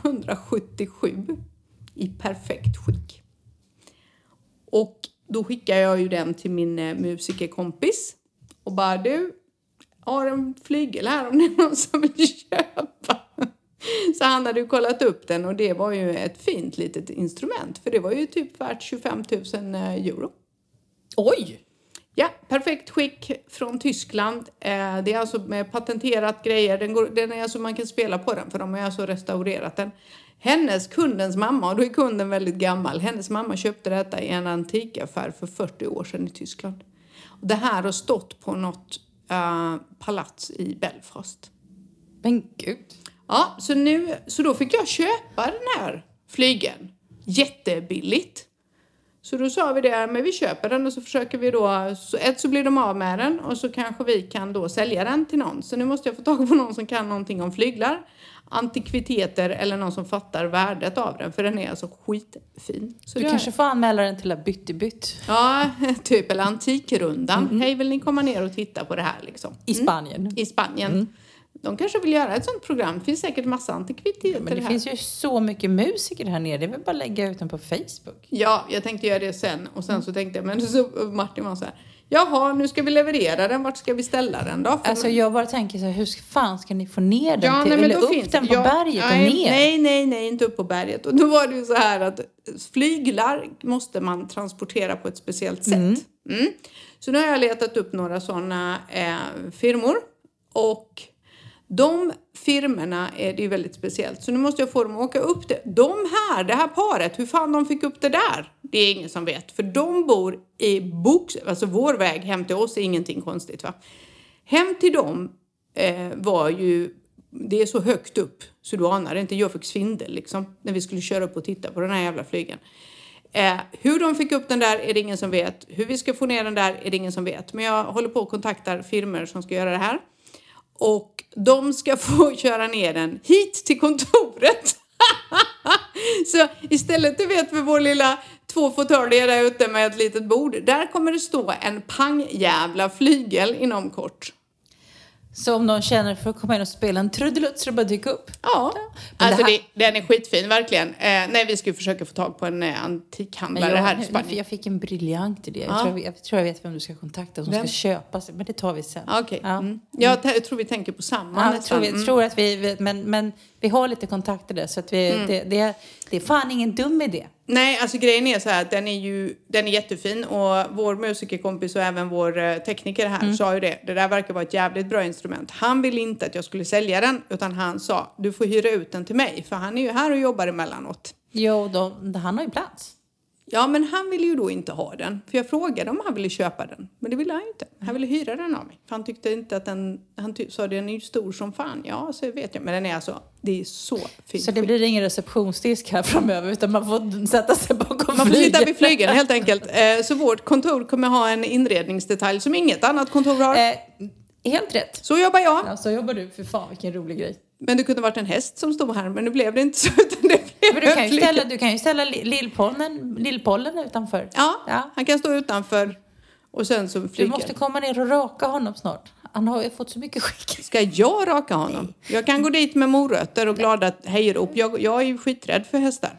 S1: 1877 i perfekt skick. Och då skickar jag ju den till min eh, musikerkompis och bara du, jag har en flygel här om det är någon som vill köpa. Så han hade ju kollat upp den och det var ju ett fint litet instrument för det var ju typ värt 25 000 euro.
S2: Oj!
S1: Ja, perfekt skick från Tyskland. Eh, det är alltså med patenterat grejer. Den, går, den är alltså, man kan spela på den för de har alltså restaurerat den. Hennes, kundens mamma, och då är kunden väldigt gammal, hennes mamma köpte detta i en antikaffär för 40 år sedan i Tyskland. Och det här har stått på något eh, palats i Belfast.
S2: Men gud.
S1: Ja, så, nu, så då fick jag köpa den här flygeln jättebilligt. Så då sa vi det, men vi köper den och så försöker vi då, så ett så blir de av med den och så kanske vi kan då sälja den till någon. Så nu måste jag få tag på någon som kan någonting om flyglar, antikviteter eller någon som fattar värdet av den för den är alltså skitfin. Så
S2: Du
S1: det-
S2: kanske får anmäla den till Byttebytt
S1: Ja, typ, eller Antikrundan.
S2: Mm.
S1: Hej, vill ni komma ner och titta på det här liksom?
S2: i Spanien.
S1: I Spanien.
S2: Mm.
S1: De kanske vill göra ett sånt program. Det finns säkert massa antikviteter
S2: Men det
S1: här.
S2: finns ju så mycket musiker här nere. Det är väl bara att lägga ut den på Facebook.
S1: Ja, jag tänkte göra det sen och
S2: Mm.
S1: sen så tänkte jag, men så Martin var så här. Jaha, nu ska vi leverera den. Vart ska vi ställa den då? För
S2: Alltså jag bara tänker så här, hur fan ska ni få ner den?
S1: Ja,
S2: till,
S1: nej, men då
S2: eller upp
S1: finns
S2: den på
S1: ja,
S2: berget och
S1: nej,
S2: ner?
S1: Nej, nej, nej, inte upp på berget. Och då var det ju så här att flyglar måste man transportera på ett speciellt sätt. Mm. Så nu har jag letat upp några sådana eh, firmor och de firmorna är det ju väldigt speciellt. Så nu måste jag få dem att åka upp det. De här, det här paret, hur fan de fick upp det där? Det är ingen som vet. För de bor i Box... Alltså vår väg hem till oss är ingenting konstigt va? Hem till dem eh, var ju... Det är så högt upp så du anar inte. Jag fick svindel liksom när vi skulle köra upp och titta på den här jävla flygen. Eh, hur de fick upp den där är det ingen som vet. Hur vi ska få ner den där är det ingen som vet. Men jag håller på och kontaktar firmor som ska göra det här. Och de ska få köra ner den hit till kontoret. Så istället, du vet, för vår lilla två fåtöljer där ute med ett litet bord. Där kommer det stå en pangjävla flygel inom kort.
S2: Så om någon känner för att komma in och spela en trudelutt så det bara dyker upp.
S1: Ja,
S2: Men
S1: alltså
S2: det
S1: det
S2: här-
S1: den är skitfin verkligen. Eh, nej, vi ska ju försöka få tag på en eh, antikhandlare
S2: jag,
S1: här i
S2: nu-
S1: Spanien.
S2: nu- jag fick en briljant idé. Jag, tror jag, jag tror jag vet vem du ska kontakta som
S1: Vem?
S2: ska köpa sig. Men det tar vi sen.
S1: Ja, Okej.
S2: Ja.
S1: Mm. Jag t- tror vi tänker på samma
S2: Ja, jag
S1: nästan.
S2: tror, vi,
S1: Mm.
S2: tror
S1: Mm.
S2: att vi, vi men, men vi har lite kontakter där så att vi, det, det, det är fan ingen dum idé.
S1: Nej, alltså grejen är så här att den är ju den är jättefin och vår musikerkompis och även vår eh, tekniker
S2: Mm.
S1: här sa ju det. Det där verkar vara ett jävligt bra instrument. Han ville inte att jag skulle sälja den utan han sa du får hyra ut den till mig för han är ju här och jobbar emellanåt.
S2: Jo, de, han har ju plats.
S1: Ja, men han ville ju då inte ha den. För jag frågade om han ville köpa den. Men det ville han ju inte. Han ville hyra den av mig. För han tyckte inte att den... Han ty- sa den är ju stor som fan. Ja, så vet jag. Men den är alltså... Det är så fint.
S2: Så det blir ingen receptionsdisk här framöver utan man får sätta sig bakom
S1: Man får sitta
S2: flygeln.
S1: vid flygeln helt enkelt. Eh, Så vårt kontor kommer ha en inredningsdetalj som inget annat kontor har.
S2: Eh, helt rätt.
S1: Så jobbar jag.
S2: Ja, så Alltså, jobbar du. För fan vilken rolig grej.
S1: Men det kunde varit en häst som stod här. Men nu blev det inte så. Utan det blev
S2: Men du, kan
S1: en
S2: ju
S1: flygel.
S2: ställa, du kan ju ställa li- lillpollen, lillpollen utanför.
S1: Ja,
S2: Ja.
S1: han kan stå utanför. Och sen så
S2: Du
S1: flyger.
S2: måste komma ner och raka honom snart. Han har ju fått så mycket skick.
S1: Ska jag raka honom? Jag kan gå dit med morötter och glada hejrop. Jag, jag är ju skiträdd för hästar.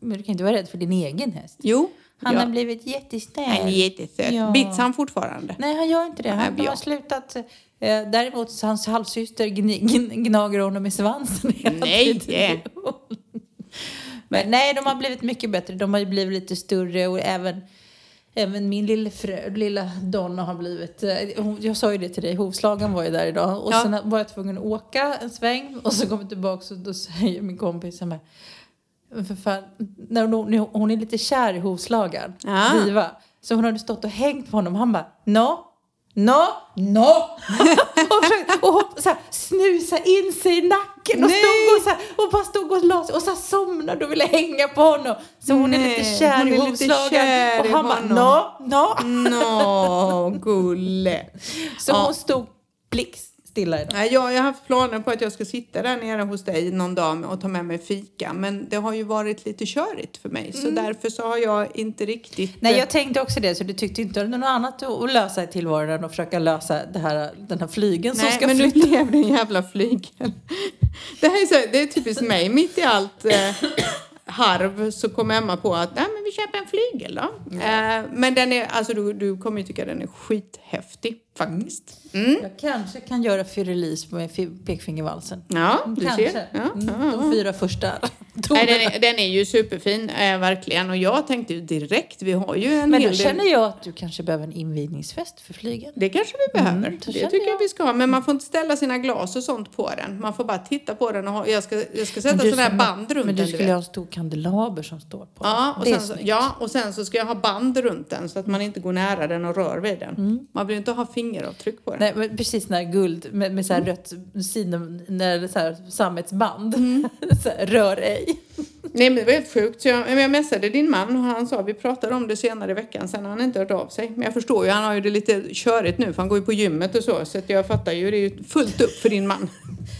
S2: Men du kan inte vara rädd för din egen häst.
S1: Jo,
S2: Han
S1: jag,
S2: har blivit jättesnäll.
S1: han är jättesöt.
S2: Ja.
S1: Bits han fortfarande?
S2: Nej, han gör inte det.
S1: Nej,
S2: Han, de har
S1: jag.
S2: slutat. Eh, däremot så hans halvsyster gni- gn- gnager honom i svansen hela
S1: Nej.
S2: tiden. Men nej, de har blivit mycket bättre. De har ju blivit lite större och även, även min lilla, frö, lilla Donna har blivit... eh, hon- Jag sa ju det till dig, hovslagaren var ju där idag. Och
S1: Ja.
S2: sen var jag tvungen att åka en sväng och så kom jag tillbaka och då säger min kompis som är... "Men För fan, när hon, nu- hon är lite kär i hovslagaren,
S1: Ah.
S2: Diva. Så hon hade stått och hängt på honom. Han bara, no, no, no. och försökte och hopp, så här, snusa in sig i nacken och,
S1: Nej.
S2: stod och, så här, och bara stod och la sig och så här somnade och ville hänga på honom. Så hon är lite
S1: Nej,
S2: kär
S1: hon
S2: i
S1: är lite
S2: hovslagaren.
S1: kär
S2: Och
S1: i
S2: han bara,
S1: honom.
S2: no,
S1: Nå,
S2: no.
S1: gulle.
S2: Så
S1: Ja.
S2: hon stod blickstilla idag.
S1: Nej, jag, jag har haft planer på att jag ska sitta där nere hos dig någon dag och ta med mig fika. Men det har ju varit lite körigt för mig. Så därför så har jag inte riktigt...
S2: Mm. Nej, jag tänkte också det. Så du tyckte inte om något annat att att lösa i tillvaron än att försöka lösa det här, den här flygen som
S1: Nej,
S2: ska
S1: men
S2: flytta.
S1: nu blev det en jävla flygel. Det, här är så, det är typiskt mig. Mitt i allt eh, harv så kom Emma på att Nej, men vi köper en flygel då. Eh, men den är, alltså, du, du kommer ju tycka den är skithäftig faktiskt. Mm.
S2: Jag kanske kan göra fyrilis med fi- pekfingervalsen.
S1: Ja, du
S2: Kanske.
S1: ser. Ja,
S2: Mm,
S1: ja, ja.
S2: De fyra första
S1: Nej,
S2: tonerna.
S1: den, är, den är ju superfin, eh, verkligen. Och jag tänkte ju direkt, vi har ju en
S2: Men då
S1: hel del...
S2: känner jag att du kanske behöver en invigningsfest för flygen.
S1: Det kanske vi behöver.
S2: Mm, då
S1: det
S2: känner
S1: tycker jag.
S2: jag.
S1: vi ska ha. Men man får inte ställa sina glas och sånt på den. Man får bara titta på den och ha, jag, ska, jag ska sätta
S2: Men du
S1: sådana här
S2: som-
S1: band runt
S2: Men
S1: den.
S2: du skulle
S1: vet.
S2: ha en stor kandelaber som står på
S1: Ja
S2: den.
S1: och,
S2: Det är
S1: sen så,
S2: snyggt.
S1: ja, och sen så ska jag ha band runt den så att man inte går nära den och rör vid den.
S2: Mm.
S1: Man vill ju inte ha fingeravtryck på den.
S2: Nej, men precis när guld med, med så här
S1: Mm.
S2: rött sinom, när så här sammetsband.
S1: Mm.
S2: så här, rör ej.
S1: Nej men det var helt sjukt. Så jag, men jag messade din man och han sa vi pratar om det senare i veckan. Sen har han inte hört av sig. Men jag förstår ju, han har ju det lite körigt nu för han går ju på gymmet och så. Så att jag fattar ju, det är ju fullt upp för din man.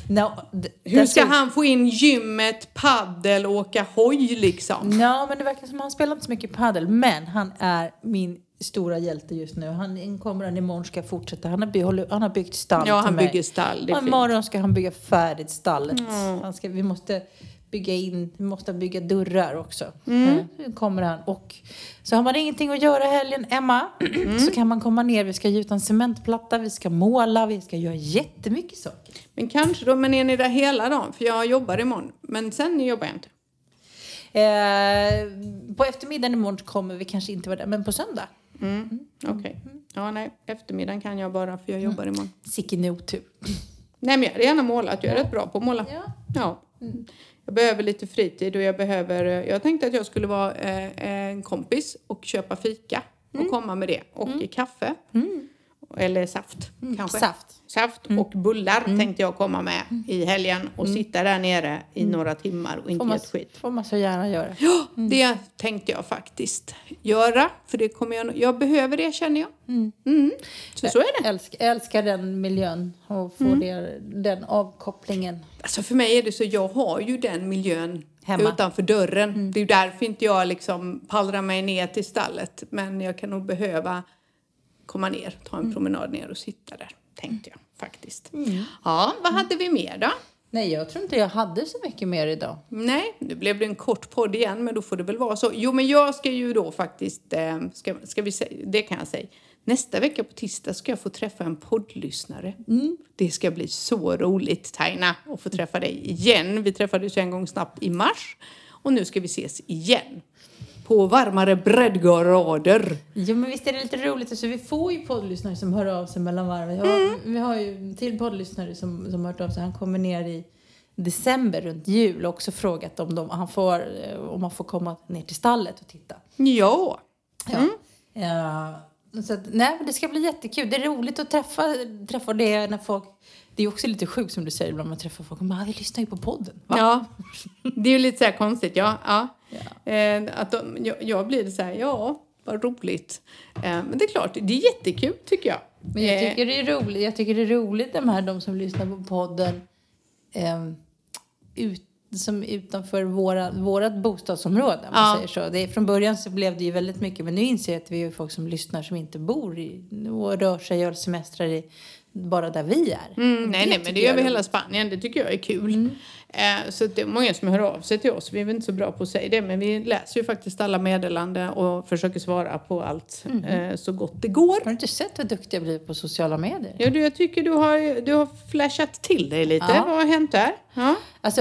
S2: No, d-
S1: Hur ska
S2: dessutom-
S1: han få in gymmet, paddel och åka hoj liksom?
S2: Ja, men det verkar som att han spelar inte så mycket padel. Men han är min stora hjälte just nu. Han kommer han imorgon ska fortsätta. Han har, by, håller- han har byggt stall
S1: Ja,
S2: till
S1: han
S2: mig.
S1: bygger stall. Det är fint.
S2: Och
S1: Mm.
S2: imorgon ska han bygga färdigt stallet. Han ska, vi måste bygga in, vi måste bygga dörrar också. Mm. Nu kommer han. Och, så har man ingenting att göra helgen, Emma,
S1: Mm.
S2: så kan man komma ner. Vi ska gjuta en cementplatta, vi ska måla, vi ska göra jättemycket saker.
S1: Men kanske då, men är ni där hela dagen? För jag jobbar imorgon. Men sen jobbar jag inte.
S2: Eh, på eftermiddagen imorgon kommer vi kanske inte vara där, men på söndag.
S1: Mm. Okej. Ja, nej. Eftermiddagen kan jag bara för jag jobbar imorgon.
S2: Sicken otur.
S1: Nej, men jag hade gärna målat. Jag är rätt bra på att måla.
S2: Ja.
S1: Ja.
S2: Mm.
S1: Jag behöver lite fritid och jag behöver... Jag tänkte att jag skulle vara eh, en kompis och köpa fika
S2: Mm.
S1: och komma med det. Och kaffe. Eller saft kanske.
S2: Mm. Saft. Mm.
S1: Saft och bullar tänkte jag komma med i helgen och sitta där nere i några timmar och inte
S2: Mm. Får
S1: ge
S2: man, Mm.
S1: ett skit.
S2: får man så gärna göra.
S1: Ja, det tänkte jag faktiskt göra. För det kommer jag, jag behöver det känner jag. Mm. Så, så är det.
S2: Älsk, älskar den miljön och få det, den avkopplingen.
S1: Alltså för mig är det så, jag har ju den miljön
S2: Hemma.
S1: utanför dörren. Det är ju därför inte jag liksom pallrar mig ner till stallet. Men jag kan nog behöva komma ner, ta en promenad ner och sitta där. Tänkte jag faktiskt. Ja, vad hade vi mer då?
S2: Nej, jag tror inte jag hade så mycket mer idag.
S1: Nej, nu blev det en kort podd igen, men då får det väl vara så. Jo, men jag ska ju då faktiskt, eh, ska, ska vi säga, det kan jag säga. Nästa vecka på tisdag ska jag få träffa en poddlyssnare. Det ska bli så roligt, Taina, att få träffa dig igen. Vi träffades ju en gång snabbt i mars och nu ska vi ses igen. på varmare breddgrader.
S2: Jo men visst är det lite roligt, alltså, vi får ju poddlyssnare som hör av sig mellan varven. Vi har, vi har ju en till poddlyssnare som, som har hört av sig, han kommer ner i december runt jul och också frågat om, de, han får, eh, om man får komma ner till stallet och titta.
S1: Ja.
S2: Ja.
S1: Mm.
S2: Eh, så att, nej, men det ska bli jättekul. Det är roligt att träffa, träffa det när folk... Det är också lite sjukt som du säger ibland man träffar folk och bara, ah, vi lyssnar ju på podden. Va?
S1: Ja, det är ju lite så här konstigt. Ja, ja. Eh, att de, jag, jag blir så här, ja, vad roligt. Eh, men det är klart, det är jättekul tycker jag.
S2: Men jag
S1: Eh,
S2: tycker det är roligt, jag tycker det är roligt de här de som lyssnar på podden eh, ut, som utanför våra, vårat bostadsområde. Om man
S1: Ja.
S2: säger så. Det, är- från början så blev det ju väldigt mycket men nu inser jag att vi är ju folk som lyssnar som inte bor i, och rör sig och gör semestrar i, bara där vi är.
S1: Mm, nej, nej, men
S2: tycker
S1: det är
S2: jag
S1: över
S2: är
S1: hela Spanien. Det tycker jag är kul. Eh, så att det är många som hör av sig till oss. Vi är väl inte så bra på att säga det, men vi läser ju faktiskt alla meddelanden och försöker svara på allt eh, så gott det går.
S2: Har du inte sett vad duktig jag blivit på sociala medier?
S1: Ja, du, jag tycker du har, du har flashat till dig lite.
S2: Ja.
S1: Vad har hänt där? Ja.
S2: Alltså,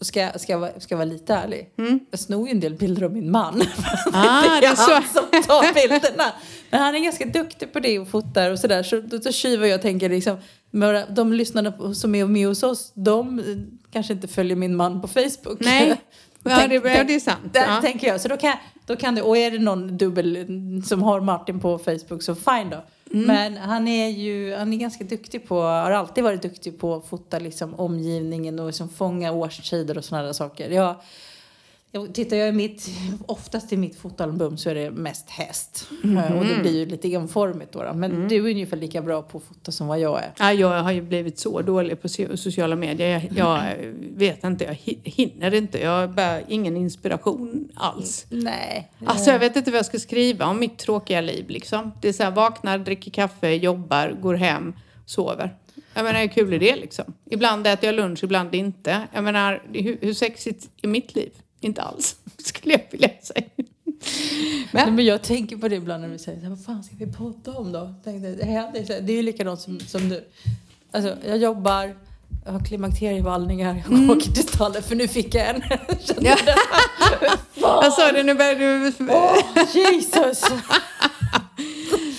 S2: ska, jag- ska, jag, vara- ska jag vara lite ärlig?
S1: Mm.
S2: Jag snor ju en del bilder av min man.
S1: Ah,
S2: det
S1: det
S2: är
S1: är så.
S2: han som tar bilderna. Men han är ganska duktig på det och fotar och sådär. Så då då tjuvar jag och tänker liksom, några- de lyssnarna på- som är med hos oss, de eh, kanske inte följer min man på Facebook.
S1: Nej. Ja, det, ja, det är sant.
S2: Där
S1: Ja.
S2: tänker jag. Så då kan, då kan det, och är det någon dubbel som har Martin på Facebook så fine då.
S1: Mm.
S2: Men han är ju han är ganska duktig på, har alltid varit duktig på att fota liksom omgivningen och liksom fånga årstider och sådana där saker. Jag, jag, tittar jag i mitt, oftast i mitt fotoalbum så är det mest häst.
S1: Mhm.
S2: Eh, Och det blir ju lite enformigt då. då. Men
S1: Mm.
S2: du är ungefär lika bra på att fota som vad jag är.
S1: Ja, jag har ju blivit så dålig på so- sociala medier. Jag, jag vet inte, jag hi- hinner inte. Jag har bara ingen inspiration alls.
S2: Nej.
S1: Alltså jag vet inte vad jag ska skriva om mitt tråkiga liv liksom. Det är så här, vaknar, dricker kaffe, jobbar, går hem, sover. Jag menar hur kul är det liksom? Ibland äter jag lunch, ibland inte. Jag menar hur, hur sexigt är mitt liv? Inte alls, skulle jag vilja säga.
S2: Nej, men jag tänker på det ibland när vi säger så här, vad fan ska vi podda om då? Tänkte, jag, det, händer, ju så här, det är ju likadant som, som du. Alltså, jag jobbar, jag har klimakterievallningar, jag åker till stallet för nu fick jag en. Kände
S1: Mm. Ja.
S2: det.
S1: Jag sa det, nu börjar du...
S2: Åh, Jesus!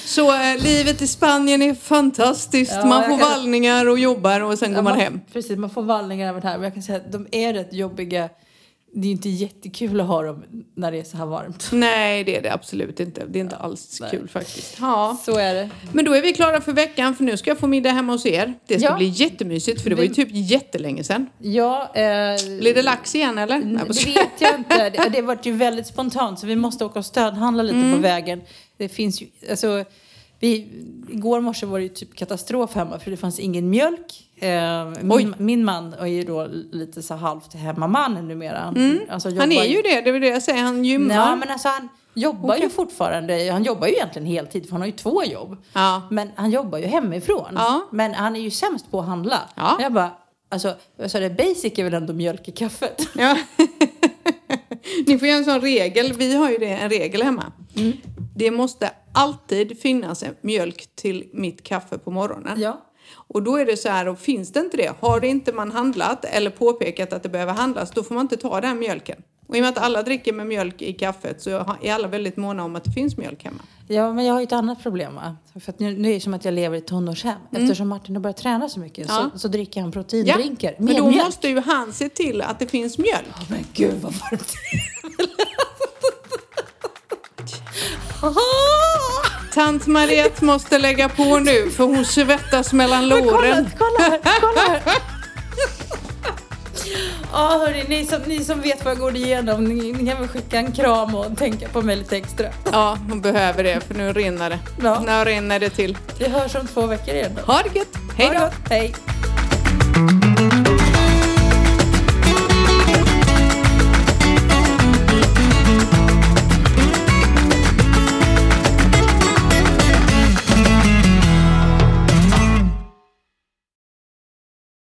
S1: Så eh, livet i Spanien är fantastiskt.
S2: Ja,
S1: man
S2: jag
S1: får
S2: kan-
S1: vallningar och jobbar och sen går man hem.
S2: Precis, man får vallningar även här. Men jag kan säga att de är rätt jobbiga. Det är ju inte jättekul att ha dem när det är så här varmt.
S1: Nej, det är det absolut inte. Det är inte alls
S2: nej.
S1: kul faktiskt. Ja.
S2: Så är det.
S1: Men då är vi klara för veckan för nu ska jag få middag hemma hos er. Det ska
S2: Ja.
S1: bli jättemysigt för det var ju
S2: Vi-
S1: typ jättelänge sedan.
S2: Ja, eh,
S1: Blir det lax igen eller? Nej, jag
S2: Det
S1: skojar.
S2: vet jag inte. Det, det varit ju väldigt spontant så vi måste åka och stödhandla lite
S1: Mm.
S2: på vägen. Det finns ju, alltså, vi, igår morse var det ju typ katastrof hemma för det fanns ingen mjölk. Eh,
S1: Oj.
S2: min, min man är ju då lite så halvt hemmaman numera. Alltså,
S1: Mm. Han
S2: jobbar
S1: är ju det, det är väl det jag säger. Han gymmar.
S2: Nej, men alltså han jobbar ju fortfarande. Han jobbar ju egentligen heltid för han har ju två jobb.
S1: Ja.
S2: Men han jobbar ju hemifrån.
S1: Ja.
S2: Men han är ju sämst på att handla.
S1: Ja.
S2: Jag bara, alltså, jag sa det, basic är väl ändå mjölk i kaffet?
S1: Ja. Ni får göra en sån regel. Vi har ju det, en regel hemma.
S2: Mm.
S1: Det måste alltid finnas en mjölk till mitt kaffe på morgonen.
S2: Ja.
S1: Och då är det så här, och finns det inte det, har det inte man handlat eller påpekat att det behöver handlas, då får man inte ta den mjölken. Och i och med att alla dricker med mjölk i kaffet så är alla väldigt måna om att det finns mjölk hemma.
S2: Ja, men jag har ju ett annat problem. Va? För att nu, nu är det som att jag lever i ett tonårshem.
S1: Mm.
S2: Eftersom Martin har börjat träna så mycket så, så dricker han proteindrinkar
S1: men
S2: med
S1: då
S2: mjölk.
S1: måste ju han se till att det finns mjölk.
S2: Åh, men gud vad varmt
S1: Tant Mariette måste lägga på nu för hon svettas mellan
S2: Men Kolla,
S1: låren.
S2: kolla här, kolla här. Ja, hörni, ni som, ni som vet vad jag går igenom, ni, ni kan väl skicka en kram och tänka på mig lite extra.
S1: Ja, hon behöver det för nu rinner det.
S2: Ja.
S1: Nu rinner det till.
S2: Vi hörs om två veckor igen då.
S1: Ha det gött! Hej
S2: Ha
S1: då!
S2: det gott. Hej.